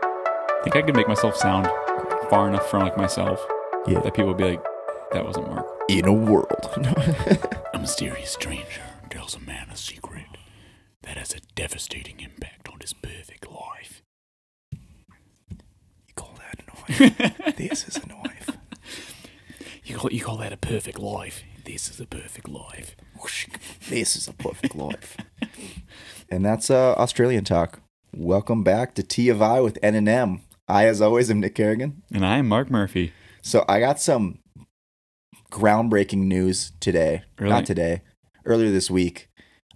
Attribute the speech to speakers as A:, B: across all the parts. A: I think I could make myself sound far enough from like myself
B: Yeah.
A: that people would be like, "That wasn't Mark."
B: in a world.
A: A mysterious stranger tells a man a secret that has a devastating impact on his perfect life.
B: you call that a knife? this is a knife.
A: You call, you call that a perfect life? This is a perfect life.
B: This is a perfect life. and that's uh, Australian talk. Welcome back to T of I with N and M. I, as always, am Nick Kerrigan.
A: And I am Mark Murphy.
B: So I got some groundbreaking news today.
A: Really?
B: Not today. Earlier this week.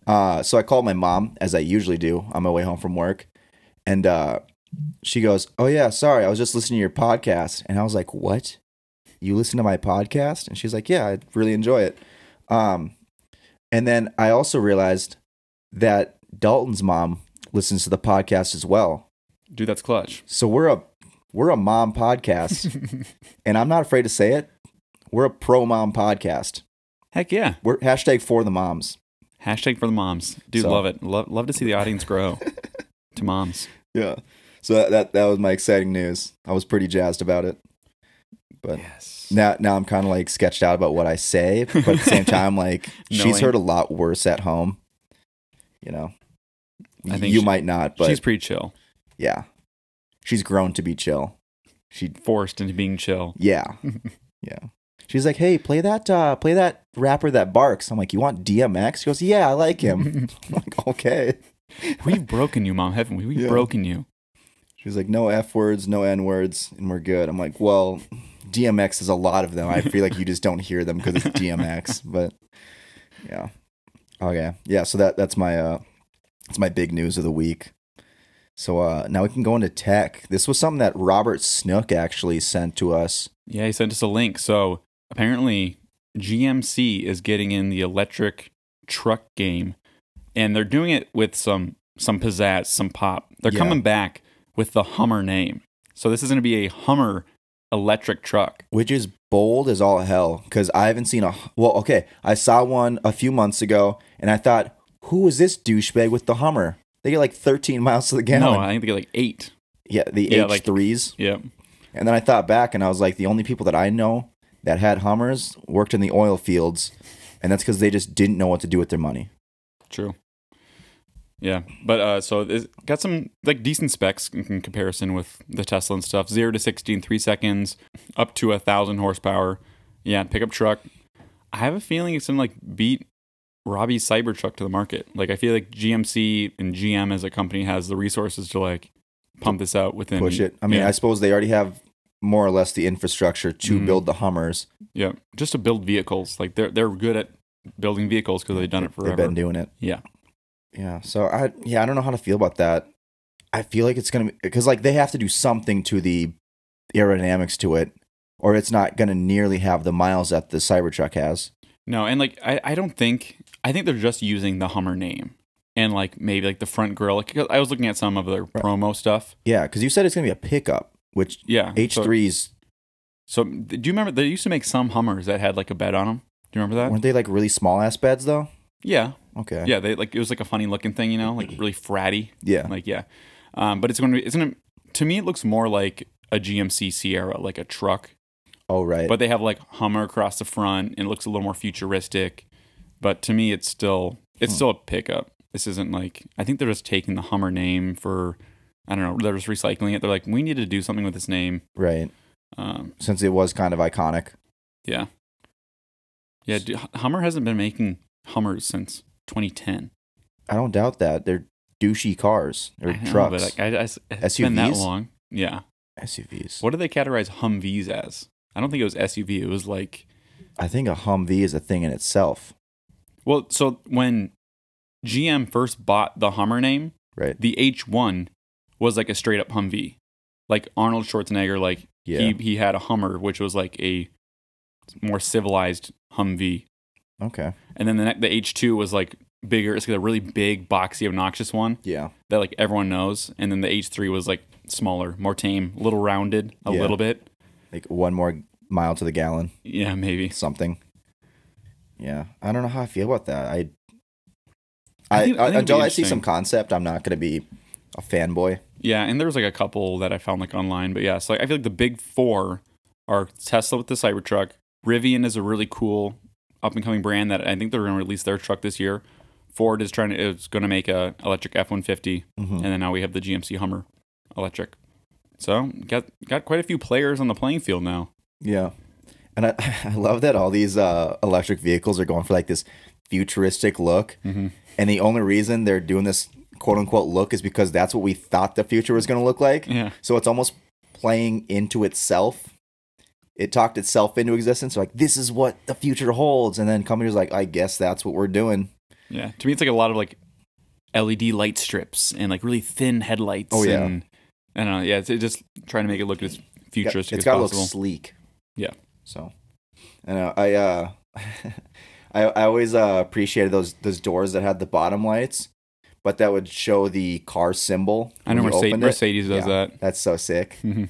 B: Uh, so I called my mom, as I usually do, on my way home from work, and uh, she goes, "Oh yeah, sorry, I was just listening to your podcast," and I was like, "What? You listen to my podcast?" And she's like, "Yeah, I really enjoy it." Um, and then I also realized that Dalton's mom listens to the podcast as well.
A: Dude, that's clutch.
B: So we're a we're a mom podcast, and I'm not afraid to say it. We're a pro mom podcast.
A: Heck yeah.
B: We're hashtag for the moms.
A: Hashtag for the moms. Dude,
B: So-
A: love it. Love, love to see the audience grow to moms.
B: Yeah. So that, that that was my exciting news. I was pretty jazzed about it. But
A: Yes.
B: now now I'm kind of like sketched out about what I say, but at the same time, like she's
A: Knowing.
B: heard a lot worse at home. You know,
A: I think
B: you
A: she-
B: might not, but
A: She's pretty chill.
B: yeah, she's grown to be chill. She
A: Forced into being chill.
B: Yeah. yeah. She's like, hey, play that uh play that rapper that barks. I'm like, you want DMX? She goes, Yeah, I like him. I'm like, okay.
A: We've broken you, mom, haven't we? We've
B: Yeah.
A: broken you.
B: She's like, no F words, no N words, and we're good. I'm like, well, DMX is a lot of them. I feel like you just don't hear them because it's DMX. But yeah. Okay. Yeah, so that that's my uh that's my big news of the week. So uh now we can go into tech. This was something that Robert Snook actually sent to us.
A: Yeah, he sent us a link. So apparently, GMC is getting in the electric truck game, and they're doing it with some some pizzazz, some pop. They're
B: Yeah.
A: coming back with the Hummer name. So this is going to be a Hummer electric truck.
B: which is bold as all hell because I haven't seen a well. Okay, I saw one a few months ago, and I thought, who is this douchebag with the Hummer? They get like 13 miles to the
A: No,
B: gallon.
A: I think they get like eight.
B: yeah, the
A: yeah, like-
B: H3s.
A: Yeah,
B: and then I thought back, and I was like, the only people that I know that had Hummers worked in the oil fields, and that's because they just didn't know what to do with their money.
A: true. Yeah, but uh, so it's got some like decent specs in, in comparison with the Tesla and stuff. Zero to 60 in three seconds, up to a thousand horsepower. Yeah, pickup truck. I have a feeling it's gonna like beat Robbie's Cybertruck to the market. Like I feel like GMC and GM as a company has the resources to like pump this out within.
B: Push it. I mean,
A: yeah,
B: I suppose they already have more or less the infrastructure to
A: Mhm.
B: build the Hummers.
A: yeah, just to build vehicles. Like they're they're good at building vehicles because they've done it forever.
B: They've been doing it.
A: yeah,
B: Yeah. So I yeah, I don't know how to feel about that. I feel like it's gonna be because like they have to do something to the aerodynamics to it, or it's not gonna nearly have the miles that the Cybertruck has.
A: No, and like I, I don't think I think they're just using the Hummer name and like maybe like the front grill. Like 'cause I was looking at some of their promo stuff.
B: Yeah, because you said it's gonna be a pickup, which
A: Yeah,
B: H
A: so-
B: threes
A: So, do you remember they used to make some Hummers that had like a bed on them? Do you remember that?
B: weren't they like really small ass beds though?
A: Yeah,
B: Okay.
A: yeah. They like it was like a funny looking thing, you know, like really fratty.
B: Yeah.
A: Like yeah, um, but it's going to be it's going to to me it looks more like a GMC Sierra, like a truck,
B: oh right.
A: but they have like Hummer across the front and it looks a little more futuristic. But to me, it's still
B: Hmm.
A: it's still a pickup. This isn't like I think they're just taking the Hummer name for I don't know. They're just recycling it. They're like, we need to do something with this name.
B: right.
A: Um,
B: Since it was kind of iconic.
A: yeah, yeah. Do, Hummer hasn't been making Hummers since 2010.
B: I don't doubt that. They're douchey cars or
A: I know,
B: trucks.
A: but like, I, I, it's been that
B: SUVs?
A: long. Yeah.
B: SUVs.
A: What do they categorize Humvees as? I don't think it was SUV. It was like
B: I think a Humvee is a thing in itself.
A: well, so when GM first bought the Hummer name,
B: Right.
A: the H1 was like a straight up Humvee. Like Arnold Schwarzenegger, like
B: Yeah.
A: he, he had a Hummer, which was like a more civilized Humvee.
B: okay.
A: And then the, ne- the H2 was like bigger. It's like a really big, boxy, obnoxious one
B: Yeah.
A: that like everyone knows. And then the H3 was like smaller, more tame, little rounded a
B: Yeah.
A: little bit.
B: Like one more mile to the gallon.
A: Yeah, maybe.
B: something. Yeah, I don't know how I feel about that. I,
A: I
B: I,
A: think- I
B: I-
A: think it'd be
B: until I see
A: interesting.
B: some concept, I'm not going to be a fanboy.
A: Yeah, and there was like a couple that I found like online, but yeah, so like, I feel like the big four are Tesla with the Cybertruck. Rivian is a really cool up and coming brand that I think they're going to release their truck this year. Ford is trying to is going to make a electric F one fifty, and
B: Mhm.
A: then now we have the GMC Hummer electric. So got got quite a few players on the playing field now.
B: Yeah. And I, I love that all these uh, electric vehicles are going for like this futuristic look. And the only reason they're doing this quote unquote look is because that's what we thought the future was going to look like.
A: Yeah,
B: So it's almost playing into itself. It talked itself into existence. Like, this is what the future holds. And then companies like, I guess that's what we're doing.
A: yeah. To me, it's like a lot of like LED light strips and like really thin headlights.
B: Oh, yeah.
A: and, I don't know. Yeah, it's it's just trying to make it look as
B: Got-
A: futuristic
B: it's
A: as
B: got to look
A: possible.
B: sleek.
A: Yeah.
B: So, I know. I uh, I I always uh, appreciated those those doors that had the bottom lights, but that would show the car symbol.
A: I know
B: when you
A: Mercedes,
B: opened it.
A: Mercedes does
B: Yeah, That's so sick.
A: Mhm.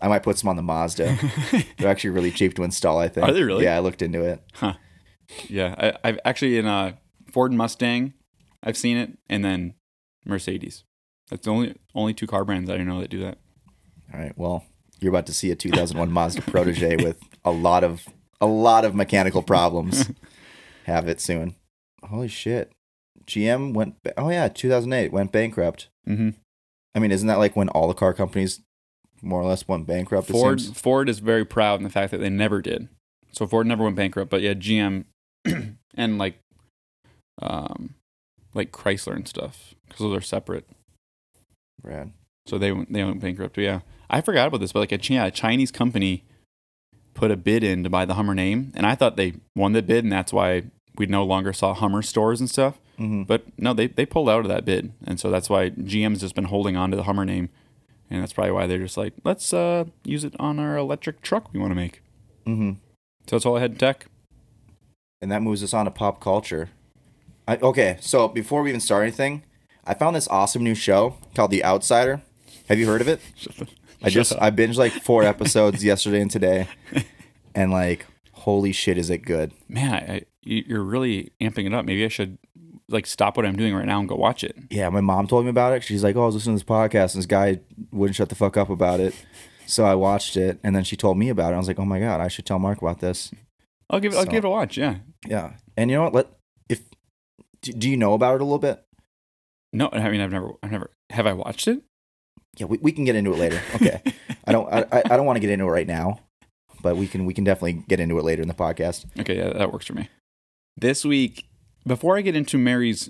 B: I might put some on the Mazda.
A: that.
B: They're actually really cheap to install. I think.
A: Are they really?
B: Yeah, I looked into it.
A: Yeah, I, I've actually in a Ford Mustang, I've seen it, and then Mercedes. That's the only only two car brands I know that do that.
B: All right. Well, you're about to see a 2001 Mazda Protege with a lot of a lot of mechanical problems. Have it soon. Holy shit. GM went. Ba- oh yeah, 2008 went bankrupt.
A: Mm-hmm.
B: I mean, isn't that like when all the car companies more or less went bankrupt? it
A: Ford
B: seems?
A: Ford is very proud in the fact that they never did. So Ford never went bankrupt, but yeah, GM and like um like Chrysler and stuff because those are separate.
B: Brad.
A: So they went- they went bankrupt. yeah, I forgot about this, but like a, Chi- yeah, a Chinese company put a bid in to buy the Hummer name, and I thought they won the bid, and that's why we no longer saw Hummer stores and stuff.
B: hmm
A: But no, they, they pulled out of that bid, and so that's why GM's just been holding on to the Hummer name, and that's probably why they're just like, let's uh, use it on our electric truck we want to make.
B: hmm
A: So that's all I had in tech.
B: And that moves us on to pop culture. I, okay, so before we even start anything, I found this awesome new show called The Outsider. Have you heard of it? I just I binged like four episodes yesterday and today, and like holy shit, is it good?
A: Man, I, I, you- you're really amping it up. Maybe I should like stop what I'm doing right now and go watch it.
B: Yeah, my mom told me about it. She's like, "Oh, I was listening to this podcast, and this guy wouldn't shut the fuck up about it." So I watched it, and then she told me about it. I was like, "Oh my god, I should tell Mark about this."
A: I'll give it, I'll
B: So-
A: give it a watch. Yeah.
B: Yeah, and you know what? Let if do, do you know about it a little bit?
A: No, I mean I've never I've never have I watched it?
B: Yeah, we, we can get into it later. Okay, I don't I, I I don't want to get into it right now, but we can we can definitely get into it later in the podcast.
A: Okay, yeah, that works for me. This week, before I get into Mary's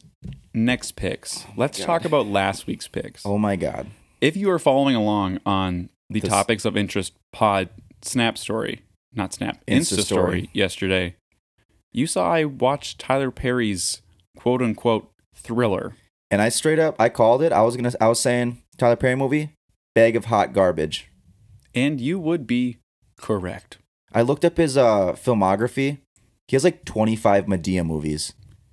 A: next picks, let's
B: Oh God.
A: talk about last week's picks.
B: Oh my god,
A: If you are following along on the
B: This-
A: topics of interest pod snap story, not snap,
B: Insta
A: Insta, story
B: story.
A: yesterday, you saw I watched Tyler Perry's quote unquote thriller.
B: and I straight up I called it. I was gonna I was saying Tyler Perry movie, bag of hot garbage.
A: And you would be correct.
B: I looked up his uh filmography. He has like 25 Medea movies.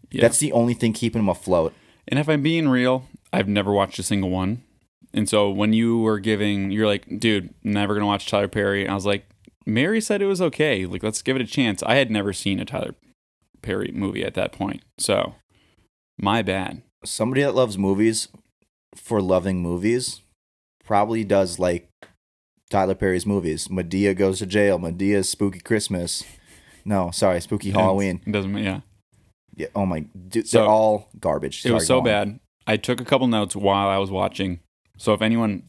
A: Yeah.
B: That's the only thing keeping him afloat.
A: And if I'm being real, I've never watched a single one. And so when you were giving, you're like, dude, never gonna watch Tyler Perry. And I was like, Mary said it was okay. Like, let's give it a chance. I had never seen a Tyler Perry movie at that point. So my bad.
B: Somebody that loves movies for loving movies probably does like Tyler Perry's movies. Medea goes to jail. Medea's spooky Christmas. No, sorry, spooky Halloween.
A: It doesn't yeah.
B: Yeah, oh my, dude,
A: So-
B: they're all garbage.
A: it was
B: Sorry,
A: so
B: go on.
A: bad. I took a couple notes while I was watching. So if anyone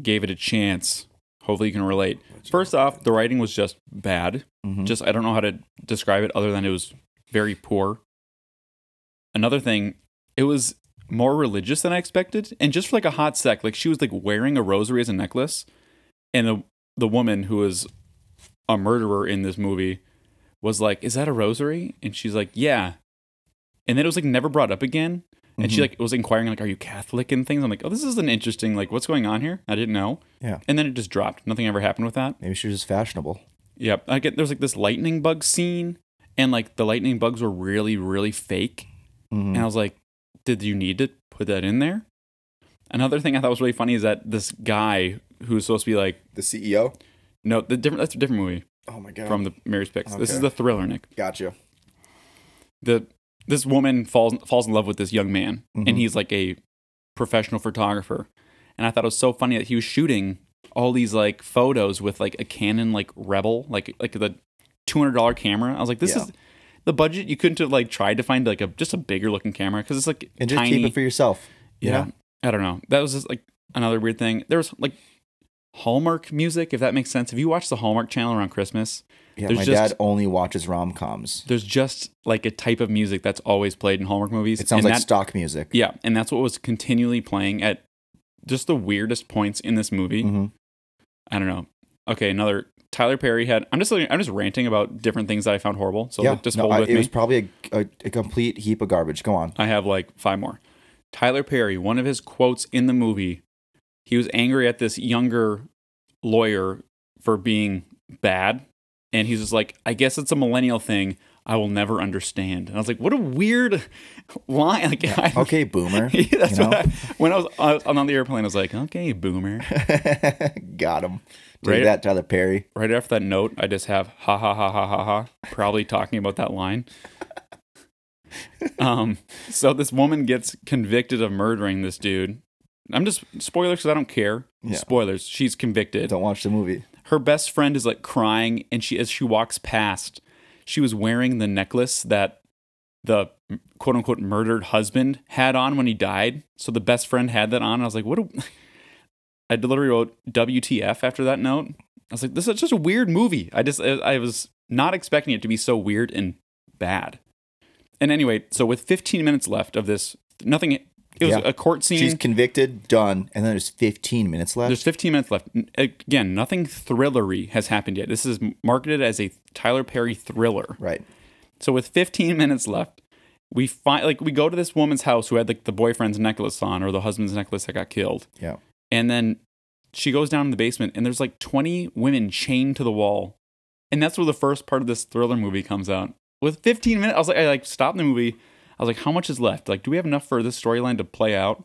A: gave it a chance, hopefully you can relate. First off, the writing was just bad.
B: Mhm.
A: just I don't know how to describe it other than it was very poor. Another thing, it was more religious than I expected, and just for like a hot sec, like she was like wearing a rosary as a necklace, and the the woman who is a murderer in this movie was like, "Is that a rosary?" And she's like, "Yeah," and then it was like never brought up again. And she
B: Mhm.
A: like was inquiring like, "Are you Catholic?" and things. I'm like, "Oh, this is an interesting like what's going on here?" I didn't know.
B: Yeah.
A: And then it just dropped. Nothing ever happened with that.
B: Maybe she was just fashionable.
A: Yep. I get there's like this lightning bug scene and like the lightning bugs were really, really fake.
B: Mhm.
A: And I was like, did you need to put that in there? Another thing I thought was really funny is that this guy who's supposed to be like
B: The CEO.
A: no, the different that's a different movie
B: Oh my god.
A: from the Mary's Picks. This is
B: Okay.
A: the thriller, Nick.
B: gotcha.
A: The this woman falls falls in love with this young man
B: Mhm.
A: and he's like a professional photographer. and I thought it was so funny that he was shooting all these like photos with like a Canon like Rebel, like like the two hundred dollar camera. I was like, this
B: Yeah.
A: is the budget. You couldn't have like tried to find like a just a bigger looking camera because it's like
B: and just
A: tiny.
B: keep it for yourself. you
A: yeah,
B: know?
A: I don't know. That was just like another weird thing. There was like Hallmark music, if that makes sense. If you watch the Hallmark Channel around Christmas,
B: Yeah,
A: There's
B: my
A: just-
B: dad only watches rom coms.
A: there's just like a type of music that's always played in Hallmark movies.
B: It
A: and
B: sounds like
A: that-
B: stock music.
A: Yeah, and that's what was continually playing at just the weirdest points in this movie.
B: Mhm.
A: I don't know. Okay, another Tyler Perry had. I'm just I'm just ranting about different things that I found horrible. So
B: yeah.
A: just
B: No,
A: hold
B: I-
A: with
B: it
A: me.
B: was probably a, a, a complete heap of garbage. Go on.
A: I have like five more. Tyler Perry, one of his quotes in the movie, he was angry at this younger lawyer for being bad. And he's just like, I guess it's a millennial thing. I will never understand. And I was like, what a weird line. Like, I,
B: Okay, boomer.
A: Yeah, that's
B: you know?
A: what I, when I was, I was on the airplane, I was like, okay, boomer.
B: Got him. Take
A: Right-
B: that, Tyler Perry.
A: Right after that note, I just have ha ha ha ha ha ha, probably talking about that line. Um, so this woman gets convicted of murdering this dude. I'm just spoilers because I don't care.
B: Yeah.
A: Spoilers. She's convicted.
B: Don't watch the movie.
A: Her best friend is like crying, and she as she walks past, she was wearing the necklace that the quote unquote murdered husband had on when he died. So the best friend had that on. I was like, what? A, I literally wrote WTF after that note. I was like, this is just a weird movie. I just, I, I was not expecting it to be so weird and bad. And anyway, so with 15 minutes left of this, nothing, it was
B: Yeah.
A: a court scene.
B: She's convicted, done, and then there's 15 minutes left.
A: There's 15 minutes left. N- Again, nothing thrillery has happened yet. This is marketed as a Tyler Perry thriller.
B: right.
A: So with 15 minutes left, we find like we go to this woman's house who had like the boyfriend's necklace on or the husband's necklace that got killed.
B: Yeah.
A: And then she goes down in the basement and there's like 20 women chained to the wall. And that's where the first part of this thriller movie comes out. With 15 minutes, I was like, I like stopped the movie. I was like, how much is left? Like, do we have enough for this storyline to play out?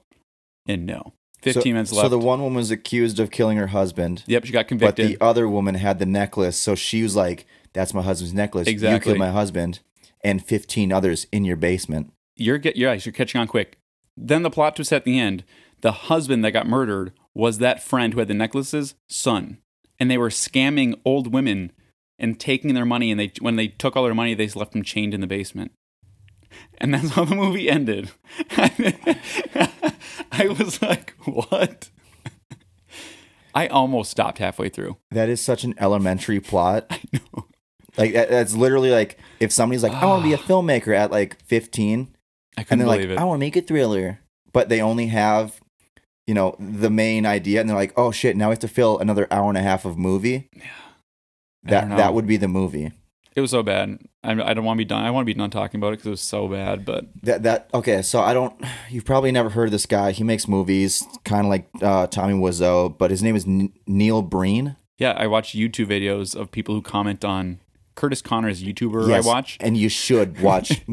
A: And no. 15
B: so,
A: minutes left.
B: So the one woman was accused of killing her husband,
A: yep, she got
B: but
A: convicted.
B: the other woman had the necklace. So she was like, "That's my husband's necklace. You
A: Exactly.
B: killed my husband, and 15 others in your basement."
A: you're get yeah, you're catching on quick. Then the plot twist at the end: the husband that got murdered was that friend who had the necklaces' son, and they were scamming old women and taking their money. And they when they took all their money, they just left them chained in the basement. And that's how the movie ended. I was like, what? I almost stopped halfway through.
B: That is such an elementary plot.
A: I know.
B: Like that, that's literally like if somebody's like, "I want to be a
A: Ah.
B: filmmaker" at like 15,
A: I
B: and
A: couldn't
B: they're like,
A: believe
B: "I want to make a thriller," but they only have, you know, the main idea, and they're like, "Oh shit! Now we have to fill another hour and a half of movie." Yeah.
A: I
B: That
A: don't know.
B: that would be the movie.
A: it. It was so bad. I, I don't want to be done. I want to be done talking about it because it was so bad. But
B: That that okay. So I don't. You've probably never heard of this guy. He makes movies, kind of like uh, Tommy Wiseau, but his name is N- Neil Breen.
A: Yeah, I watch YouTube videos of people who comment on Curtis Connor's YouTuber
B: Yes,
A: I watch.
B: and you should watch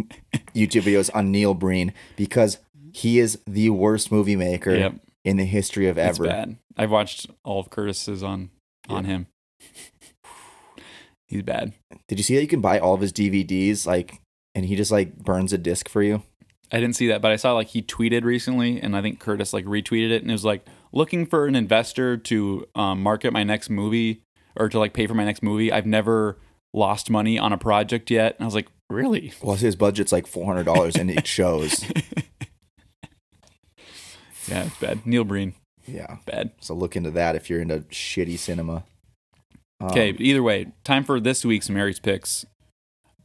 B: YouTube videos on Neil Breen because he is the worst movie maker
A: Yep.
B: in the history of
A: It's
B: ever.
A: bad. I've watched all of Curtis's on on him. He's bad.
B: Did you see that you can buy all of his DVDs like, and he just like burns a disc for you?
A: I didn't see that, but I saw like he tweeted recently, and I think Curtis like retweeted it, and it was like looking for an investor to um, market my next movie or to like pay for my next movie. I've never lost money on a project yet, and I was like, really?
B: Well, his budget's like four hundred dollars, and it shows.
A: Yeah, it's bad. Neil Breen,
B: Yeah,
A: bad.
B: so look into that if you're into shitty cinema. Um,
A: Okay, but either way, time for this week's Mary's picks.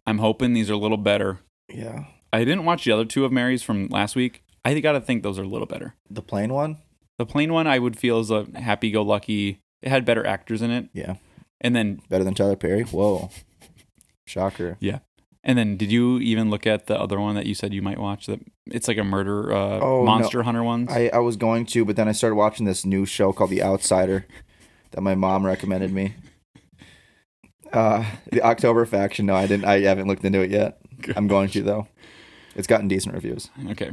A: I'm hoping these are a little better.
B: Yeah,
A: I didn't watch the other two of Mary's from last week. I got to think those are a little better.
B: the plain one.
A: The plain one I would feel is a happy go lucky. It had better actors in it.
B: Yeah.
A: And then
B: Better than Tyler Perry? Whoa. Shocker.
A: and then did you even look at the other one that you said you might watch that it's like a murder uh
B: Oh, no.
A: monster hunter ones?
B: I, I was going to, but then I started watching this new show called The Outsider that my mom recommended me. Uh, the October faction. No, I didn't. I haven't looked into it yet. I'm going to though. It's gotten decent reviews.
A: Okay.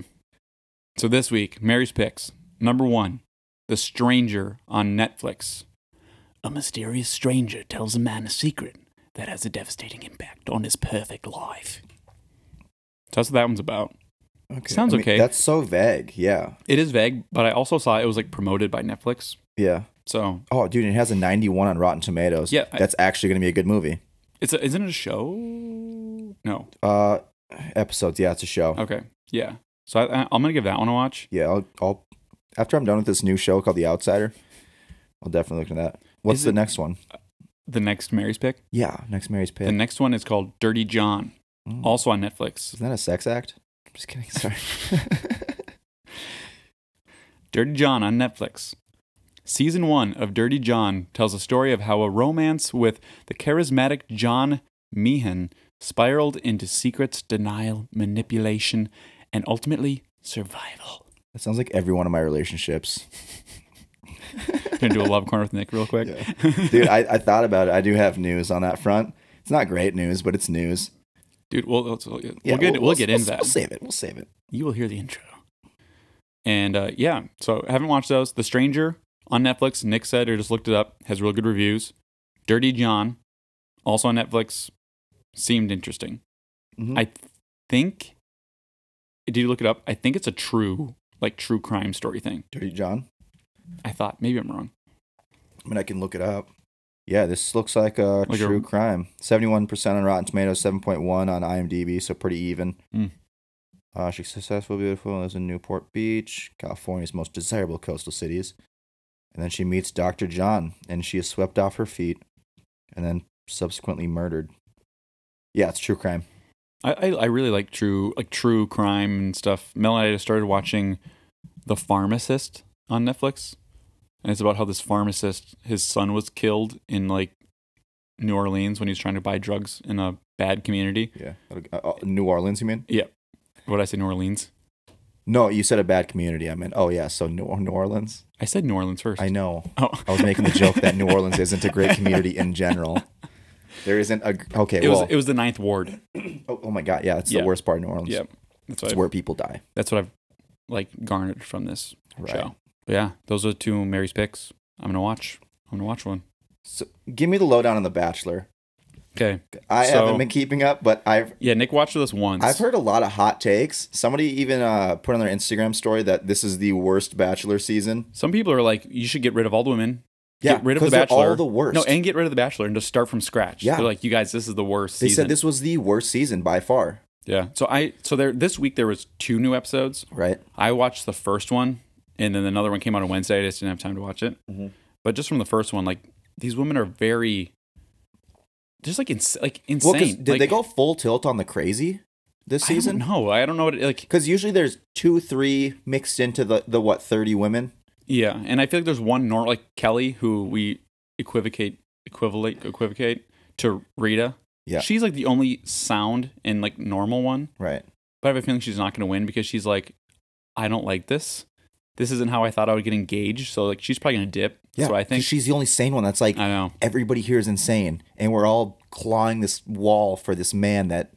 A: So this week, Mary's picks. Number one, The Stranger on Netflix. A mysterious stranger tells a man a secret that has a devastating impact on his perfect life. So that's what that one's about.
B: Okay.
A: Sounds
B: I mean,
A: okay.
B: That's so vague. Yeah.
A: It is vague, but I also saw it was like promoted by Netflix.
B: Yeah.
A: So
B: Oh, dude, it has a 91 on Rotten Tomatoes.
A: Yeah, I-
B: That's actually going to be a good movie.
A: it's a, isn't it a show? No.
B: Uh, episodes. Yeah, it's a show.
A: Okay. Yeah. So I, I- I'm gonna give that one a watch.
B: Yeah, I'll, I'll. After I'm done with this new show called The Outsider, I'll definitely look into that. What's
A: Is
B: the
A: it-
B: next one?
A: The next Mary's pick.
B: Yeah, next Mary's Pit.
A: The next one is called Dirty John,
B: Mm.
A: also on Netflix.
B: Isn't that a sex act? I'm just kidding. Sorry.
A: Dirty John on Netflix. Season one of Dirty John tells the story of how a romance with the charismatic John Meehan spiraled into secrets, denial, manipulation, and ultimately survival.
B: that sounds like every one of my relationships.
A: Gonna do a love corner with Nick real quick.
B: Dude, I, I thought about it. I do have news on that front. It's not great news, but it's news.
A: Dude, we'll, we'll, we'll get,
B: Yeah,
A: we'll, get into
B: we'll-
A: that.
B: We'll save it. We'll save it.
A: you will hear the intro. And uh, yeah, so I haven't watched those. The Stranger on Netflix, Nick said, or just looked it up, has real good reviews. Dirty John, also on Netflix, seemed interesting.
B: Mhm.
A: I th- think, did you look it up? I think it's a true, like true crime story thing.
B: Dirty John.
A: I thought, maybe I'm wrong.
B: I mean, I can look it up. Yeah, this looks like a
A: Like a-
B: true crime. Seventy-one percent on Rotten Tomatoes, seven point one on IMDb, so pretty even.
A: Mm.
B: Uh, she's successful, beautiful, lives in Newport Beach, California's most desirable coastal cities. And then she meets Doctor John, and she is swept off her feet, and then subsequently murdered. Yeah, it's true crime.
A: I, I, I really like true, like true crime and stuff. Mel and I just started watching The Pharmacist on Netflix. And it's about how this pharmacist, his son was killed in like New Orleans when he was trying to buy drugs in a bad community.
B: Yeah, that'll- uh, uh, New Orleans, you mean?
A: What did I say, New Orleans?
B: No, you said a bad community. I meant, oh yeah, so New, New Orleans.
A: I said New Orleans first.
B: I know.
A: oh.
B: I was making the joke that New Orleans isn't a great community in general. There isn't a okay.
A: It
B: well,
A: was it was the Ninth Ward.
B: oh, oh my god, yeah, it's
A: Yeah.
B: the worst part of New Orleans.
A: Yeah, that's
B: It's
A: what I,
B: where people die.
A: that's what I've like garnered from this
B: Right.
A: show. But yeah, those are the two Mary's picks. I'm gonna watch. I'm gonna watch one.
B: So, give me the lowdown on The Bachelor.
A: Okay.
B: I
A: So-
B: haven't been keeping up, but I've
A: Yeah, Nick watched this once.
B: I've heard a lot of hot takes. Somebody even uh, put on their Instagram story that this is the worst Bachelor season.
A: Some people are like, you should get rid of all the women.
B: Yeah,
A: get rid of the
B: 'cause they're
A: Bachelor.
B: all the worst.
A: No, and get rid of the Bachelor and just start from scratch.
B: Yeah.
A: they're like, you guys, this is the worst.
B: They
A: season.
B: said this was the worst season by far.
A: Yeah. So I so there this week there was two new episodes.
B: Right.
A: I watched the first one, and then another one came out on Wednesday. I just didn't have time to watch it.
B: Mhm.
A: But just from the first one, like these women are very, just like ins- like insane.
B: Well, 'cause did
A: Like,
B: they go full tilt on the crazy this season?
A: No, I don't know what it, like.
B: Because usually there's two, three mixed into the the what thirty women.
A: Yeah, and I feel like there's one nor like Kelly who we equivocate equivalate equivocate to Rita.
B: Yeah.
A: she's like the only sound and like normal one.
B: Right.
A: But I have a feeling she's not going to win because she's like, I don't like this. This isn't how I thought I would get engaged. So like, she's probably going to dip.
B: Yeah.
A: so I
B: 'cause
A: think
B: she's the only sane one that's like
A: I know.
B: everybody here is insane, and we're all clawing this wall for this man that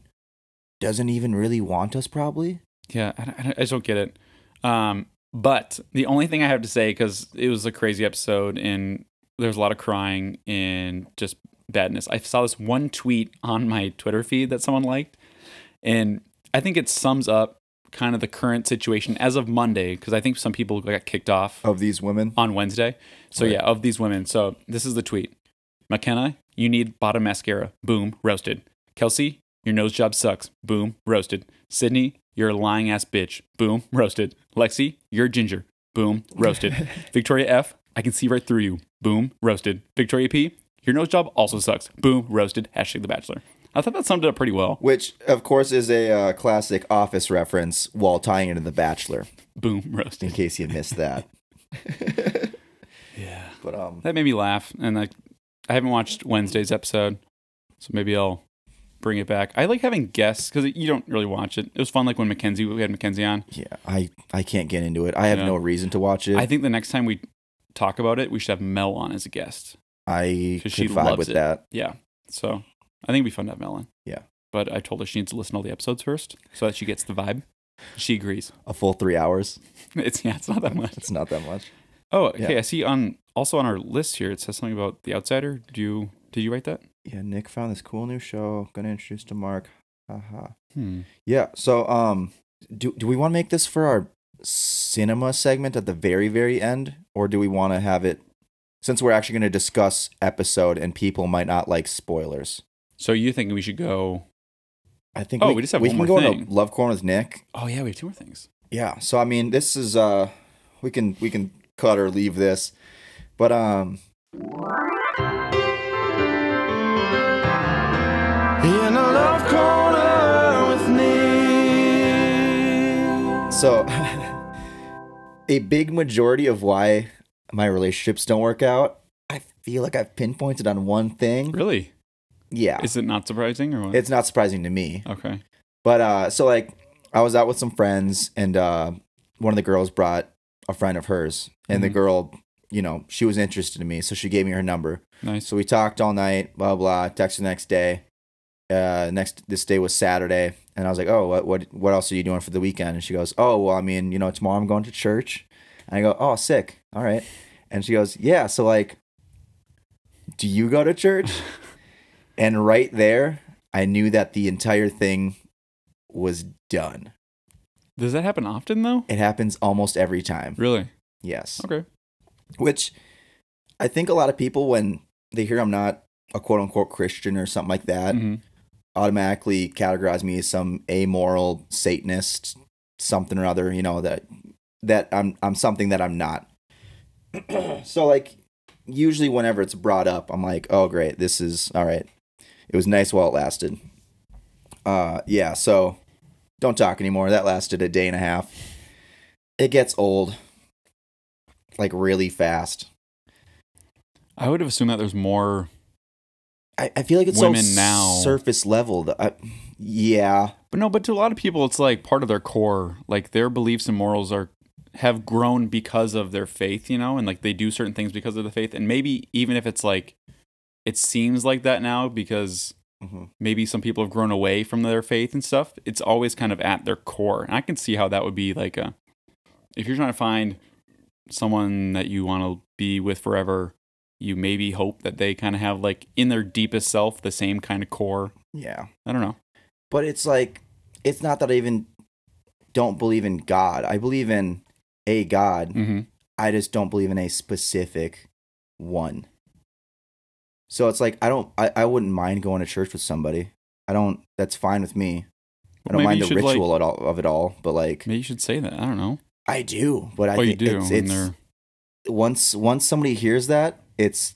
B: doesn't even really want us. Probably.
A: Yeah, I, don't- I don't- I just don't get it. Um, but the only thing I have to say because it was a crazy episode and there's a lot of crying and just badness. I saw this one tweet on my Twitter feed that someone liked, and I think it sums up kind of the current situation as of Monday because I think some people got kicked off
B: Of these women.
A: on Wednesday. So
B: Right.
A: yeah, of these women. So this is the tweet. McKenna, you need bottom mascara. Boom, roasted. Kelsey, your nose job sucks. Boom, roasted. Sydney, you're a lying ass bitch. Boom, roasted. Lexi, you're ginger. Boom, roasted. Victoria F, I can see right through you. Boom, roasted. Victoria P, your nose job also sucks. Boom, roasted. Hashtag The Bachelor. I thought that summed it up pretty well.
B: Which, of course, is a uh, classic office reference while tying into The Bachelor,
A: Boom,
B: in
A: roasted.
B: case you missed that.
A: Yeah.
B: But um,
A: That made me laugh, and I, I haven't watched Wednesday's episode, so maybe I'll bring it back. I like having guests because you don't really watch it. It was fun, like when Mackenzie we had Mackenzie on.
B: yeah, I I can't get into it. I have
A: Yeah.
B: no reason to watch it.
A: I think the next time we talk about it, we should have Mel on as a guest.
B: I
A: 'Cause she
B: could vibe
A: loves
B: with
A: it.
B: that.
A: Yeah, so I think it'd be fun to have Mel on.
B: Yeah.
A: but I told her she needs to listen to all the episodes first so that she gets the vibe. She agrees.
B: A full three hours.
A: It's yeah, it's not that much.
B: It's not that much.
A: Oh, okay.
B: Yeah.
A: I see on also on our list here it says something about the outsider. Do you did you write that?
B: Yeah, Nick found this cool new show. Gonna introduce to Mark. Haha.
A: Hmm.
B: Yeah. So um, do do we want to make this for our cinema segment at the very very end, or do we want to have it since we're actually going to discuss episode and people might not like spoilers?
A: So you think we should go?
B: I think
A: Oh,
B: we,
A: we just have
B: we
A: one
B: can
A: more
B: go
A: thing.
B: into love corn with Nick.
A: Oh yeah, we have two more things.
B: Yeah. So I mean, this is uh, we can we can cut or leave this, but um,
C: In a love corner with Nick.
B: So, a big majority of why my relationships don't work out, I feel like I've pinpointed on one thing.
A: Really?
B: Yeah. It's,
A: Is it not surprising or what?
B: not surprising to me.
A: okay.
B: But uh so like I was out with some friends and uh one of the girls brought a friend of hers and the
A: Mhm.
B: girl, you know, she was interested in me, so she gave me her number.
A: Nice.
B: So we talked all night, blah blah, texted the next day. Uh next this day was Saturday and I was like, "Oh, what what what else are you doing for the weekend?" And she goes, "Oh, well, I mean, you know, tomorrow I'm going to church." And I go, "Oh, sick. All right." And she goes, "Yeah, so like do you go to church?" and right there, I knew that the entire thing was done.
A: Does that happen often though?
B: It happens almost every time.
A: Really?
B: Yes
A: Okay.
B: which I think a lot of people when they hear I'm not a quote unquote Christian or something like that
A: hmm
B: automatically categorize me as some amoral Satanist, something or other. You know that that I'm I'm something that I'm not. so like usually whenever it's brought up, I'm like, oh great, this is all right. It was nice while it lasted. Uh, yeah. So don't talk anymore. That lasted a day and a half. It gets old, like really fast.
A: I would have assumed that there's more.
B: I, I feel like it's
A: Women
B: so
A: now-
B: surface level. th- I, yeah,
A: But no, but to a lot of people, it's like part of their core. Like their beliefs and morals are have grown because of their faith, you know, and like they do certain things because of the faith. And maybe even if it's like, it seems like that now because
B: Mhm.
A: maybe some people have grown away from their faith and stuff. It's always kind of at their core, and I can see how that would be like a. If you're trying to find someone that you want to be with forever, you maybe hope that they kind of have like in their deepest self the same kind of core.
B: yeah.
A: I don't know.
B: but it's like it's not that I even don't believe in God. I believe in a God.
A: Mm-hmm.
B: I just don't believe in a specific one. So it's like I don't I, I wouldn't mind going to church with somebody. I don't that's fine with me. I don't mind the ritual at all, of it all, but like
A: Maybe you should say that. I don't know.
B: I do. But I
A: oh, you
B: think
A: do.
B: it's,
A: and
B: it's
A: they're-
B: once once somebody hears that, it's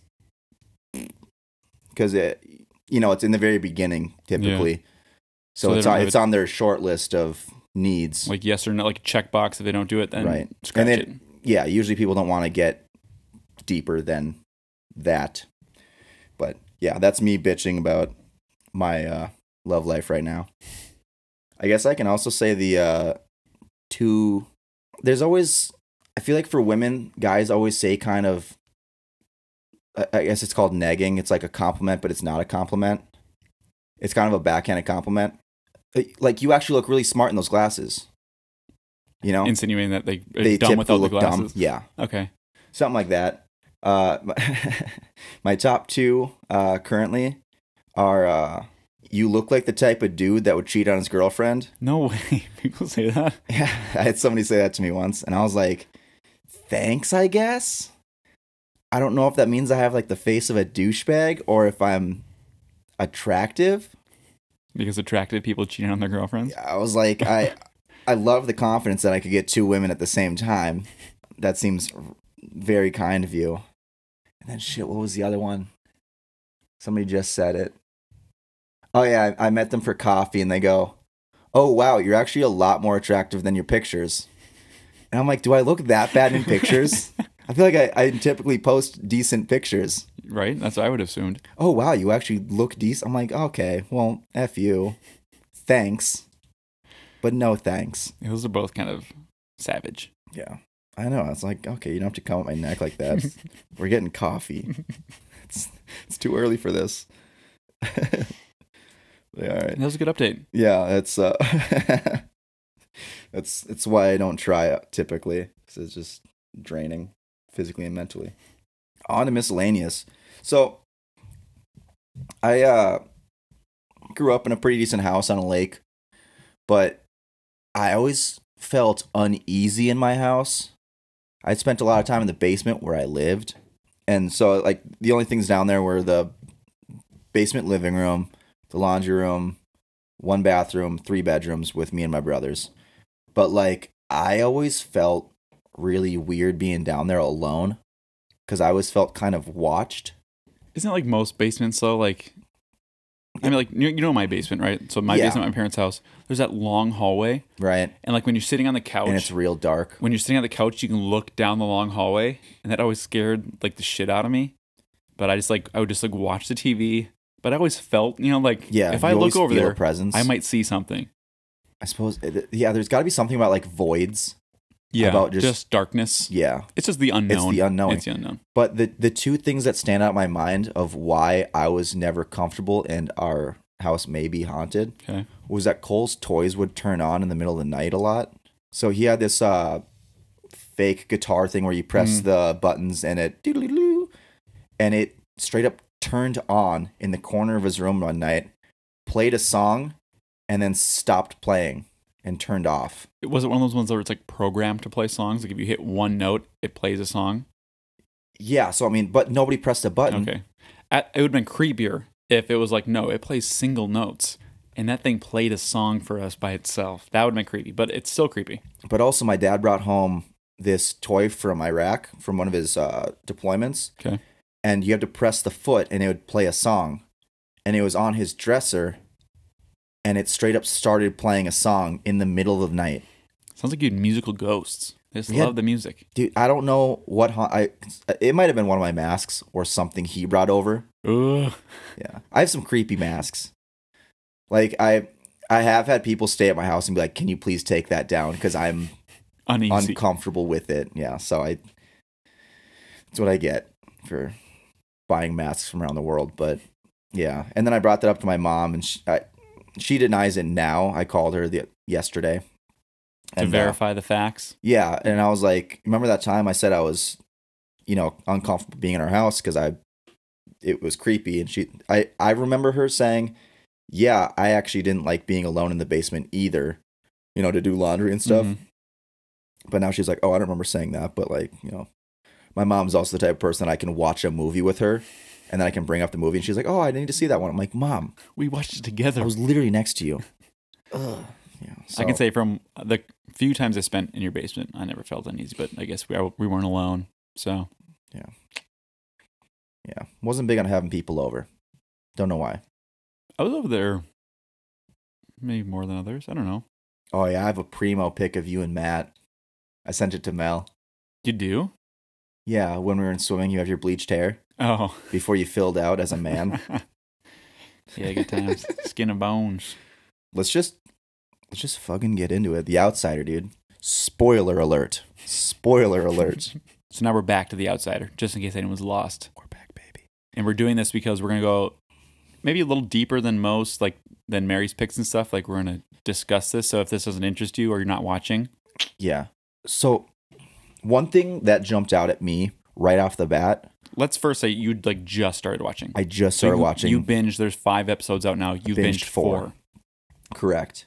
B: because it you know it's in the very beginning typically, so,
A: So they
B: it's
A: don't
B: on,
A: have
B: it's on their short list of needs.
A: like yes or no, like a checkbox. If they don't do it, then
B: Right.
A: scratch
B: And then-
A: it.
B: yeah, usually people don't want to get deeper than that, but yeah, that's me bitching about my uh, love life right now. I guess I can also say the uh, two. There's always I feel like for women, guys always say kind of. I I guess it's called negging. It's like a compliment, but it's not a compliment. It's kind of a backhanded compliment. Like- Like you actually look really smart in those glasses. You know,
A: Insinuating that they are
B: they
A: dumb
B: typically
A: without the
B: look dumb.
A: glasses.
B: Yeah,
A: Okay.
B: something like that. Uh, my, my top two uh, currently are uh, you look like the type of dude that would cheat on his girlfriend.
A: No way. People say that.
B: Yeah, I had somebody say that to me once, and I was like, "Thanks, I guess." I don't know if that means I have like the face of a douchebag or if I'm attractive.
A: Because attractive people cheating on their girlfriends.
B: I was like, I, I love the confidence that I could get two women at the same time. That seems very kind of you. And then shit, what was the other one? Somebody just said it. Oh yeah, I, I met them for coffee, and they go, "Oh wow, you're actually a lot more attractive than your pictures." And I'm like, do I look that bad in pictures? I feel like I, I typically post decent pictures.
A: Right. That's what I would have assumed.
B: Oh wow, you actually look decent. I'm like, okay, well, f you, thanks, but no thanks.
A: Those are both kind of savage.
B: Yeah. I know. I was like, okay, you don't have to come at my neck like that. We're getting coffee. It's, it's too early for this. yeah, all right.
A: That was a good update.
B: Yeah, that's uh that's that's why I don't try it typically. 'cause it's just draining physically and mentally. On to miscellaneous. So I uh grew up in a pretty decent house on a lake, but I always felt uneasy in my house. I spent a lot of time in the basement where I lived. And so like the only things down there were the basement living room, the laundry room, one bathroom, three bedrooms with me and my brothers. But like I always felt really weird being down there alone cuz I always felt kind of watched.
A: Isn't it like most basements though? Like, I mean, like you you know my basement, right? So my
B: Yeah.
A: basement, at my parents' house. There's that long hallway,
B: Right.
A: and like when you're sitting on the couch,
B: And it's real dark.
A: when you're sitting on the couch, you can look down the long hallway, and that always scared like the shit out of me. But I just like I would just like watch the TV. But I always felt, you know, like
B: Yeah,
A: if I
B: you
A: look
B: always
A: over
B: feel a
A: there,
B: presence.
A: I might see something.
B: I suppose uh, yeah, there's got to be something about like voids.
A: Yeah,
B: About just-
A: just, darkness.
B: Yeah.
A: It's just the unknown.
B: the unknowing.
A: It's the unknown.
B: But the the two things that stand out in my mind of why I was never comfortable and our house may be haunted
A: Okay.
B: was that Cole's toys would turn on in the middle of the night a lot. So he had this uh, fake guitar thing where you press the buttons and it doodly-doo, and it straight up turned on in the corner of his room one night, played a song, and then stopped playing and turned off.
A: It was it one of those ones where it's like programmed to play songs. Like if you hit one note, it plays a song.
B: Yeah, so I mean, but nobody pressed a button.
A: Okay. At, it would have been creepier if it was like, no, it plays single notes. And that thing played a song for us by itself. That would have been creepy, but it's still creepy.
B: but also my dad brought home this toy from Iraq from one of his uh, deployments,
A: Okay.
B: and you had to press the foot and it would play a song, and it was on his dresser, and it straight up started playing a song in the middle of the night.
A: Sounds like you had musical ghosts. They just
B: We had-
A: love the music.
B: Dude, I don't know what ha- I. It might have been one of my masks or something he brought over.
A: Ugh.
B: Yeah, I have some creepy masks. Like I, I have had people stay at my house and be like, "Can you please take that down?" Because I'm
A: Uneasy.
B: uncomfortable with it. Yeah, so I that's what I get for buying masks from around the world. But yeah, and then I brought that up to my mom, and she, I, she denies it now. I called her the yesterday
A: to
B: uh,
A: verify the facts.
B: yeah, and I was like, remember that time I said I was, you know, uncomfortable being in her house because I, it was creepy, and she, I, I remember her saying, yeah, I actually didn't like being alone in the basement either, you know, to do laundry and stuff.
A: Mhm.
B: But now she's like, oh, I don't remember saying that. But like, you know, my mom's also the type of person that I can watch a movie with her and then I can bring up the movie and she's like, oh, I need to see that one. I'm like, mom,
A: We watched it
B: I
A: together. I,
B: was literally next to you. Ugh. Yeah,
A: can
B: so-
A: say from the few times I spent in your basement, I never felt uneasy, but I guess we, I, we weren't alone. So
B: Yeah. Wasn't big on having people over. Don't know why.
A: I was over there maybe more than others. I don't know.
B: Oh, yeah. I have a primo pic of you and Matt. I sent it to Mel.
A: You do?
B: Yeah. When we were in swimming, you have your bleached hair
A: Oh.
B: before you filled out as a man.
A: yeah, good times. Skin and bones.
B: let's just, let's just fucking get into it. The outsider, dude. Spoiler alert. Spoiler alert.
A: So now we're back to the outsider, just in case anyone's lost.
B: We're back, baby.
A: And we're doing this because we're gonna go maybe a little deeper than most, like than Mary's picks and stuff. Like we're gonna discuss this. So if this doesn't interest you or you're not watching,
B: Yeah. So, one thing that jumped out at me right off the bat,
A: let's first say you like just started watching.
B: I just
A: So
B: started
A: you,
B: watching.
A: You binged. There's five episodes out now. You
B: Binged
A: binged, four.
B: four. Correct.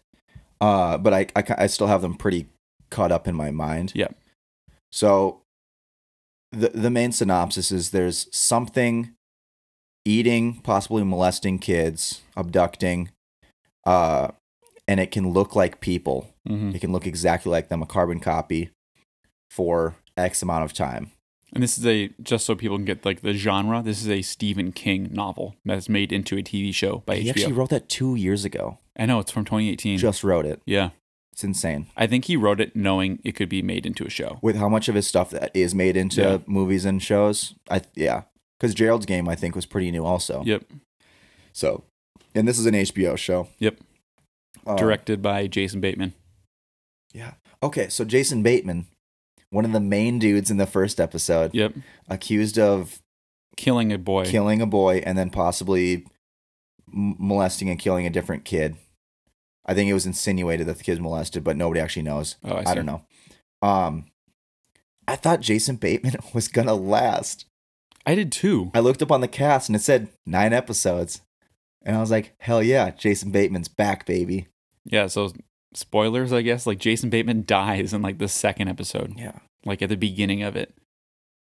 B: Uh, but I, I, ca- I still have them pretty caught up in my mind.
A: Yep.
B: So the the main synopsis is there's something eating, possibly molesting kids, abducting, uh, and it can look like people.
A: Mhm.
B: It can look exactly like them, a carbon copy, for X amount of time.
A: And this is a just so people can get like the genre. This is a Stephen King novel that's made into a TV show by
B: he
A: HBO.
B: actually wrote that two years ago.
A: I know it's from 2018.
B: Just wrote it.
A: yeah,
B: It's insane.
A: I think he wrote it knowing it could be made into a show.
B: with how much of his stuff that is made into
A: Yeah.
B: movies and shows. I yeah, because Gerald's Game I think was pretty new also.
A: Yep.
B: So, and this is an HBO show.
A: Yep.
B: Um,
A: Directed by Jason Bateman.
B: Yeah. Okay, so Jason Bateman, one of the main dudes in the first episode,
A: Yep.
B: accused of
A: Killing a boy.
B: killing a boy and then possibly m- molesting and killing a different kid. I think it was insinuated that the kid was molested, but nobody actually knows.
A: oh, I,
B: I, don't know. Um, I thought Jason Bateman was gonna last.
A: I did too.
B: I looked up on the cast and it said nine episodes. And I was like, hell yeah, Jason Bateman's back, baby.
A: Yeah. So spoilers, I guess, like Jason Bateman dies in like the second episode,
B: Yeah.
A: like at the beginning of it.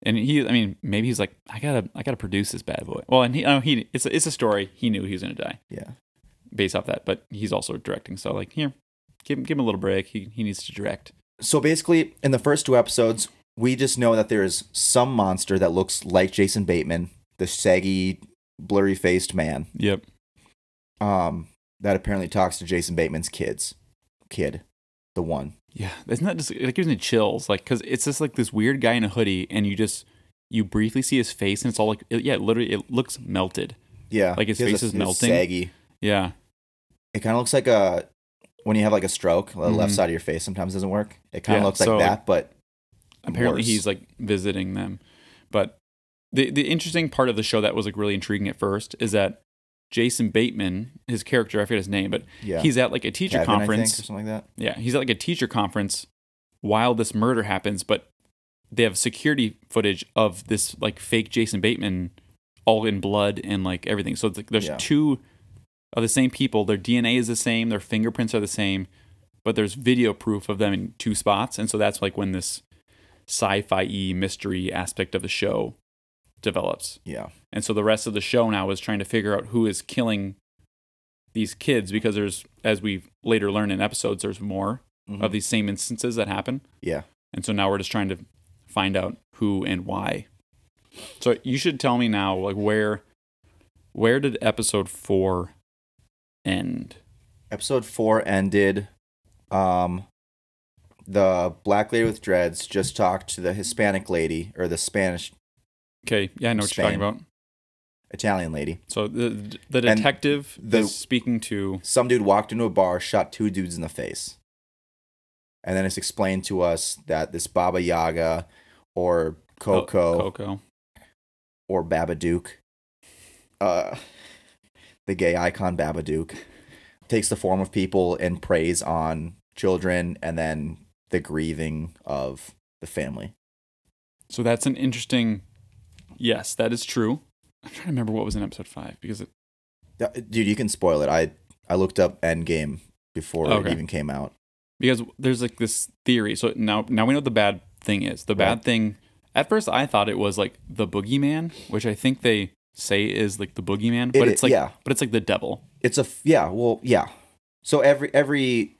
A: And he, I mean, maybe he's like, I gotta, I gotta produce this bad boy. Well, and he, oh, he, it's, a, it's a story. He knew he was gonna die
B: Yeah.
A: based off that, but he's also directing. So like, here, give him, give him a little break. He, he needs to direct.
B: So basically, in the first two episodes, we just know that there is some monster that looks like Jason Bateman, the saggy, blurry faced man,
A: Yep.
B: um, that apparently talks to Jason Bateman's kids. Kid. The one.
A: Yeah, isn't that just it gives me chills? Like, cause it's just like this weird guy in a hoodie, and you just you briefly see his face, and it's all like, it, yeah, literally, it looks melted.
B: Yeah.
A: Like his
B: He has
A: face is
B: he's
A: melting?
B: Saggy.
A: Yeah,
B: It kind of looks like a when you have like a stroke, the left
A: Mhm.
B: side of your face sometimes doesn't work. It kind of
A: Yeah,
B: looks
A: so,
B: like that, but
A: apparently
B: worse.
A: he's like visiting them. But the the interesting part of the show that was like really intriguing at first is that Jason Bateman, his character, I forget his name, but
B: yeah.
A: he's at like a teacher
B: Kevin, I think,
A: conference.
B: or something like that.
A: Yeah, he's at like a teacher conference while this murder happens, but they have security footage of this like fake Jason Bateman all in blood and like everything. So it's like, there's
B: Yeah.
A: two of the same people. Their DNA is the same, their fingerprints are the same, but there's video proof of them in two spots. And so that's like when this sci fi y mystery aspect of the show develops.
B: Yeah.
A: And so the rest of the show now is trying to figure out who is killing these kids because there's, as we later learn in episodes, there's more
B: Mhm.
A: of these same instances that happen.
B: Yeah.
A: And so now we're just trying to find out who and why. So you should tell me now, like where, where did episode four end?
B: episode four ended. Um, the black lady with dreads just talked to the Hispanic lady or the Spanish
A: Okay, yeah, I know what you're talking
B: Spain.
A: about.
B: Italian lady.
A: So the the
B: And
A: detective
B: the-
A: is speaking to oh,
B: Some dude walked into a bar, shot two dudes in the face, and then it's explained to us that this Baba Yaga or
A: oh,
B: Coco
A: Coco.
B: or Babadook, uh, the gay icon Babadook, takes the form of people and preys on children and then the grieving of the family.
A: So that's an interesting. Yes, that is true. I'm trying to remember what was in episode five because it,
B: Yeah, Uh, Dude, you can spoil it. I I looked up Endgame before
A: Okay.
B: it even came out.
A: because there's like this theory. So now now we know what the bad thing is. The bad
B: Right.
A: thing at first I thought it was like the boogeyman, which I think they say is like the boogeyman, but
B: It-
A: it's like
B: yeah.
A: but it's like the devil
B: It's a f- yeah, well, yeah. So every every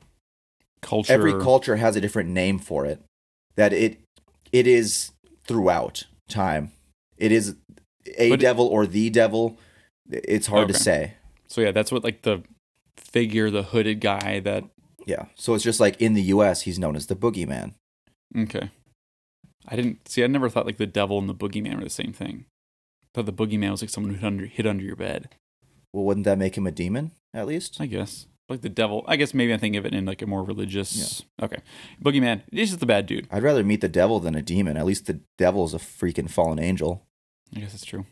A: culture.
B: every culture has a different name for it. That it it is throughout time. It is a
A: But-
B: devil or the devil. It's hard to
A: Okay.
B: say.
A: so yeah, that's what like the figure, the hooded guy that
B: Yeah. So it's just like in the US he's known as the boogeyman.
A: okay. I didn't see. I never thought like the devil and the boogeyman were the same thing. I thought the boogeyman was like someone who hid under hid under your bed.
B: Well, wouldn't that make him a demon at least?
A: I guess. Like the devil. I guess maybe I think of it in like a more religious. Okay. Boogeyman. This is the bad dude.
B: I'd rather meet the devil than a demon. At least the devil's a freaking fallen angel.
A: I guess it's true.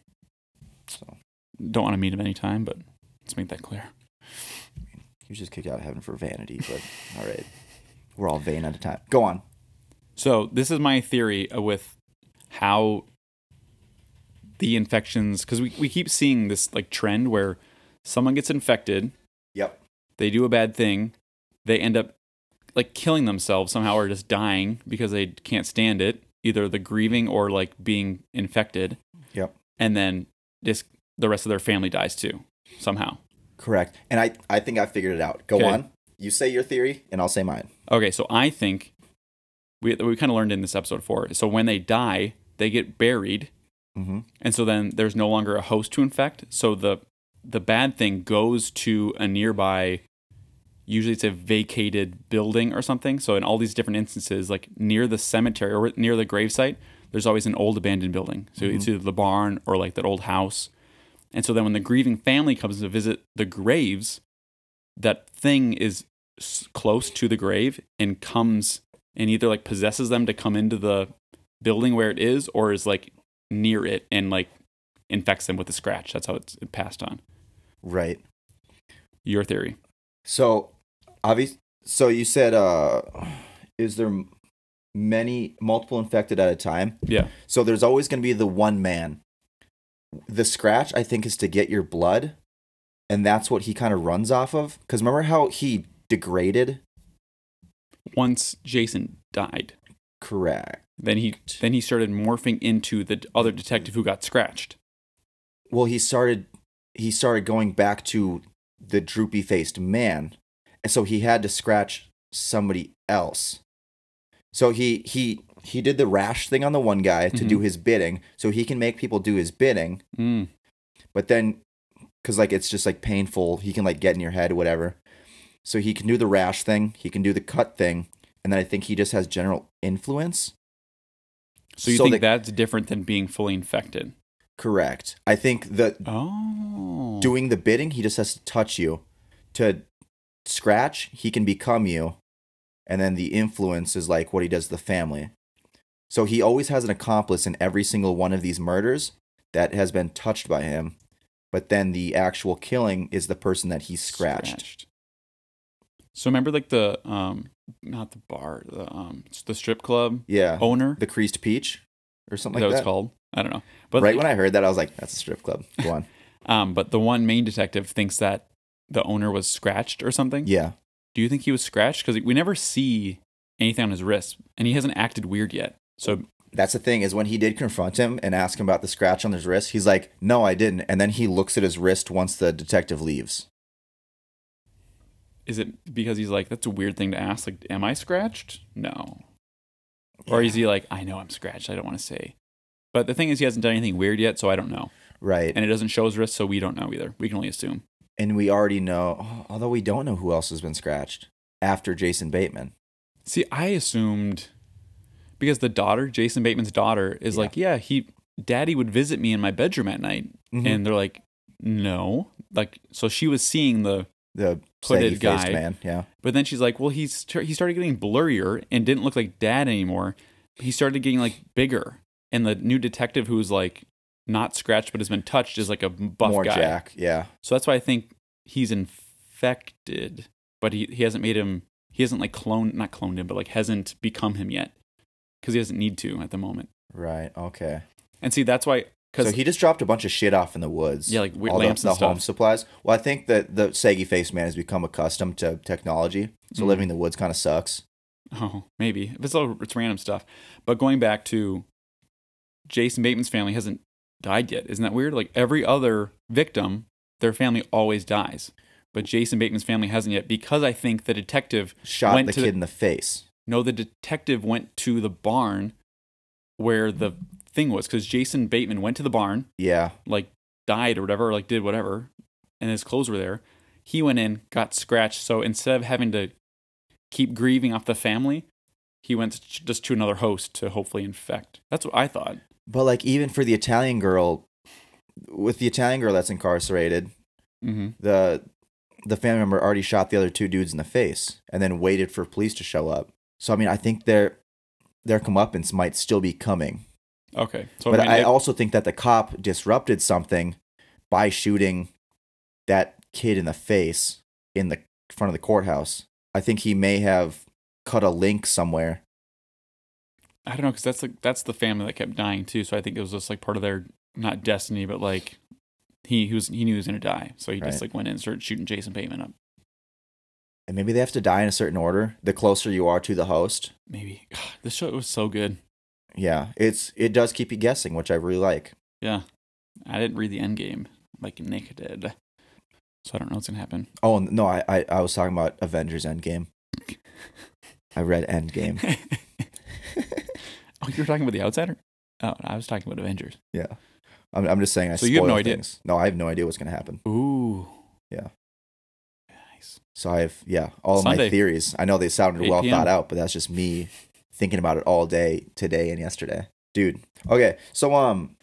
B: So
A: Don't want to meet him anytime, but let's make that clear.
B: He was just kicked out of heaven for vanity, but all right. We're all vain at a time. Go on.
A: So this is my theory with how the infections, because we, we keep seeing this like trend where someone gets infected,
B: Yep.
A: they do a bad thing, they end up like killing themselves somehow or just dying because they can't stand it, either the grieving or like being infected.
B: Yep.
A: and then just the rest of their family dies too somehow.
B: Correct. And I, I think I figured it out. Go
A: Okay.
B: on. You say your theory, and I'll say mine.
A: Okay, so I think we we kind of learned in this episode four. So when they die, they get buried,
B: Mm-hmm.
A: and so then there's no longer a host to infect. So the the bad thing goes to a nearby. Usually it's a vacated building or something. So in all these different instances, like near the cemetery or near the gravesite, there's always an old abandoned building. So it's either the barn or like that old house. And so then when the grieving family comes to visit the graves, that thing is s- close to the grave and comes and either like possesses them to come into the building where it is or is like near it and like infects them with a scratch. That's how it's passed on.
B: Right.
A: Your theory.
B: So, obvious. So you said, uh, is there m- many multiple infected at a time?
A: Yeah.
B: So there's always going to be the one man. The scratch, I think, is to get your blood, and that's what he kind of runs off of. Because remember how he degraded
A: once Jason died.
B: Correct.
A: Then he then he started morphing into the other detective who got scratched.
B: Well, he started he started going back to the droopy faced man, and so he had to scratch somebody else. So he he he did the rash thing on the one guy to do his bidding, so he can make people do his bidding.
A: Mm.
B: but then because like it's just like painful he can like get in your head whatever so he can do the rash thing he can do the cut thing and then i think he just has general influence
A: So you
B: So
A: think
B: they-
A: that's different than being fully infected?
B: correct i think that
A: Oh,
B: doing the bidding he just has to touch you to scratch he can become you and then the influence is like what he does to the family so he always has an accomplice in every single one of these murders that has been touched by him but then the actual killing is the person that he scratched.
A: So remember, like the um, not the bar, the um, it's the strip club
B: Yeah.
A: owner.
B: The Creased Peach or
A: that
B: something
A: was
B: like that.
A: called. I don't know, but
B: right when I heard that, I was like, that's a strip club. Go on.
A: um, but the one main detective thinks that the owner was scratched or something.
B: yeah.
A: Do you think he was scratched? Because we never see anything on his wrist, and he hasn't acted weird yet. So
B: That's the thing is when he did confront him and ask him about the scratch on his wrist, he's like, no, I didn't. And then he looks at his wrist once the detective leaves.
A: is it because he's like, that's a weird thing to ask? Like, am I scratched? No. Or is he like, I know I'm scratched. I don't want to say. But the thing is, he hasn't done anything weird yet, so I don't know.
B: Right. And,
A: And it doesn't show his wrist, so we don't know either. We can only assume.
B: we already know, oh, although we don't know who else has been scratched after Jason Bateman.
A: See, I assumed because the daughter, Jason Bateman's daughter, is
B: Yeah.
A: like, yeah, he, daddy would visit me in my bedroom at night,
B: Mhm.
A: and they're like, no, like, so she was seeing the,
B: The
A: Hooded
B: saggy
A: guy.
B: faced man. Yeah.
A: but then she's like, well, he's he started getting blurrier and didn't look like dad anymore. He started getting like bigger, and the new detective who's like not scratched but has been touched is like a buff
B: More
A: guy.
B: Jack. Yeah.
A: So that's why I think he's infected, but he, he hasn't made him, he hasn't like cloned, not cloned him, but like hasn't become him yet because he doesn't need to at the moment.
B: Right. Okay.
A: And see, that's why,
B: So
A: because
B: he just dropped a bunch of shit off in the woods.
A: Yeah, like weird
B: all the,
A: lamps and
B: the home
A: stuff.
B: supplies. Well, I think that the saggy faced man has become accustomed to technology, so
A: Mhm.
B: living in the woods kind of sucks.
A: oh, maybe If it's all, it's random stuff. But going back to Jason Bateman's family hasn't died yet. Isn't that weird? Like every other victim, their family always dies. But Jason Bateman's family hasn't yet because I think the detective
B: Shot
A: Went
B: the
A: to
B: kid
A: the-
B: in the face.
A: No, the detective went to the barn where the thing was because Jason Bateman went to the barn,
B: Yeah,
A: like died or whatever, like did whatever, and his clothes were there. He went in, got scratched. So instead of having to keep grieving off the family, he went to, just to another host to hopefully infect. That's what I thought.
B: but like even for the Italian girl, with the Italian girl that's incarcerated,
A: Mm-hmm.
B: the the family member already shot the other two dudes in the face and then waited for police to show up. So I mean, I think their their comeuppance might still be coming.
A: Okay. So
B: but
A: I mean,
B: I
A: it-
B: also think that the cop disrupted something by shooting that kid in the face in the front of the courthouse. I think he may have cut a link somewhere.
A: I don't know because that's like that's the family that kept dying too. So I think it was just like part of their not destiny, but like he, he was he knew he was gonna die, so he just
B: Right.
A: like went in and started shooting Jason Bateman up.
B: And maybe they have to die in a certain order the closer you are to the host.
A: Maybe God, this show was so good.
B: Yeah, it's it does keep you guessing, which I really like.
A: Yeah, I didn't read the end game like Nick did, so I don't know what's gonna happen.
B: Oh and- no, I I, I was talking about Avengers Endgame. I read Endgame.
A: oh, you were talking about the Outsider. Oh, I was talking about Avengers.
B: yeah, I'm, I'm just saying. I
A: So you have
B: spoil
A: no idea.
B: things. No, I have no idea what's gonna happen.
A: Ooh,
B: Yeah.
A: nice.
B: So I've yeah, all
A: Sunday.
B: my theories. I know they sounded
A: 8
B: well
A: PM.
B: thought out, but that's just me thinking about it all day today and yesterday. Dude. Okay. So um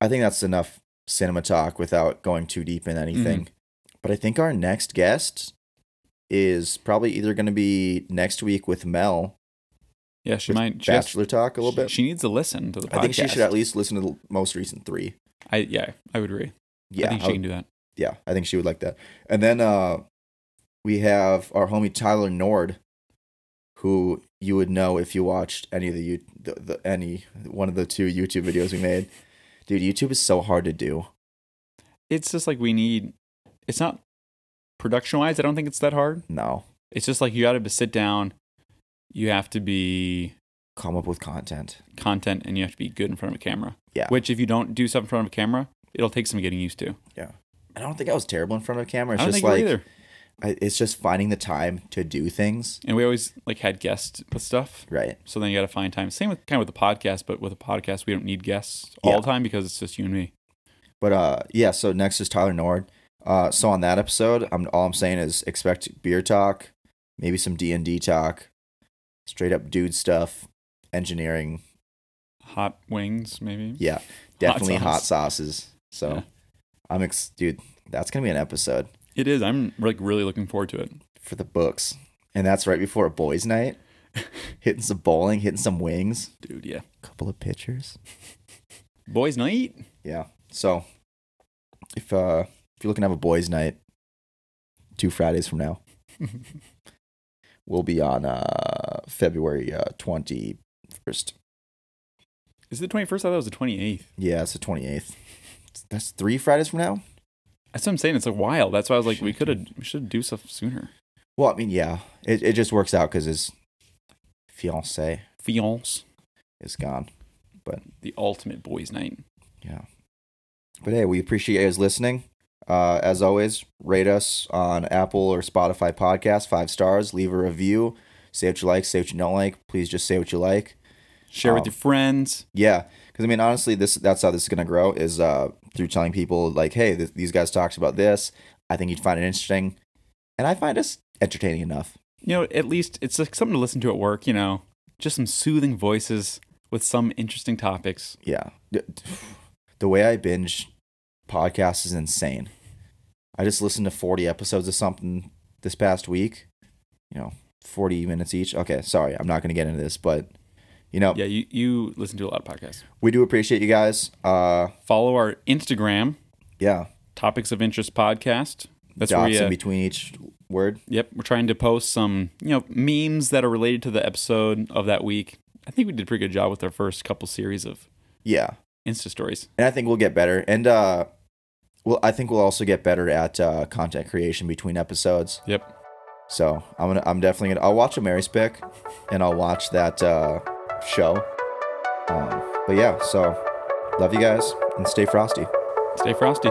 B: I think that's enough cinema talk without going too deep in anything.
A: Mm-hmm.
B: But I think our next guest is probably either going to be next week with Mel
A: Yeah, she
B: With
A: might. She, has-
B: Bachelor Talk a little bit.
A: she needs to listen to the podcast.
B: I think she should at least listen to the most recent 3.
A: I yeah, I would agree.
B: Yeah.
A: I think
B: I
A: she
B: would-
A: can do that.
B: yeah, I think she would like that. And then uh we have our homie Tyler Nord, who you would know if you watched any of the, you the, the any one of the two YouTube videos we made. Dude, YouTube is so hard to do.
A: it's just like we need it's not production wise i don't think it's that hard
B: No,
A: it's just like you gotta sit down you have to be
B: Come up with content.
A: content and you have to be good in front of a camera.
B: Yeah.
A: Which if you don't do stuff in front of a camera, it'll take some getting used to.
B: I don't think I was terrible in front of a camera. It's
A: I don't
B: just
A: think
B: like
A: you either.
B: I, it's just finding the time to do things.
A: And we always like had guests with stuff.
B: Right.
A: So then you got to find time. Same with kind of with the podcast, but with a podcast, we don't need guests all
B: Yeah.
A: the time because it's just you and me.
B: But uh, yeah. So next is Tyler Nord. Uh, so on that episode, I'm all I'm saying is expect beer talk, maybe some D and D talk, straight up dude stuff, engineering.
A: Hot wings, maybe.
B: Yeah, definitely hot,
A: sauce.
B: sauces. So
A: Yeah.
B: I'm ex- dude. That's gonna be an episode
A: It is. I'm like really looking forward to it.
B: for the books, and that's right before a boys' night. hitting some bowling, hitting some wings,
A: Dude, yeah.
B: couple of pitchers.
A: Boys night.
B: Yeah. So if uh if you're looking to have a boys' night two Fridays from now, we'll be on uh February uh twenty first.
A: Is it the 21st? I thought it was the 28th.
B: Yeah, it's the twenty eighth. That's three Fridays from now?
A: That's what I'm saying. It's a while. That's why I was like, we
B: Shit.
A: could have, we should do stuff sooner.
B: Well, I mean, yeah. It it just works out because his fiance
A: Fiance,
B: is gone.
A: the ultimate boys night.
B: Yeah. But hey, we appreciate you guys listening. Uh, as always, rate us on Apple or Spotify podcast, five stars, leave a review, say what you like, say what you don't like. Please just say what you like.
A: Share with
B: Um,
A: your friends.
B: Yeah, because I mean, honestly, this that's how this is gonna grow is uh, through telling people like, hey, th- these guys talked about this. I think you'd find it interesting, and I find us entertaining enough.
A: You know, at least it's like something to listen to at work, you know, just some soothing voices with some interesting topics.
B: Yeah, D- the way I binge podcasts is insane. I just listened to forty episodes of something this past week. You know, forty minutes each. Okay, sorry, I'm not gonna get into this, but you know,
A: Yeah, you, you listen to a lot of podcasts.
B: we do appreciate you guys. Uh,
A: Follow our Instagram,
B: yeah,
A: Topics of Interest Podcast. That's where
B: dots
A: we,
B: in
A: uh,
B: between each word.
A: yep, we're trying to post some, you know, memes that are related to the episode of that week. I think we did a pretty good job with our first couple series of
B: Yeah.
A: Insta stories.
B: and I think we'll get better. And uh, well, I think we'll also get better at uh, content creation between episodes.
A: Yep.
B: So I'm gonna, I'm definitely gonna, I'll watch a Mary's pick, and I'll watch that uh, show. Um, but yeah, so love you guys and stay frosty.
A: Stay frosty.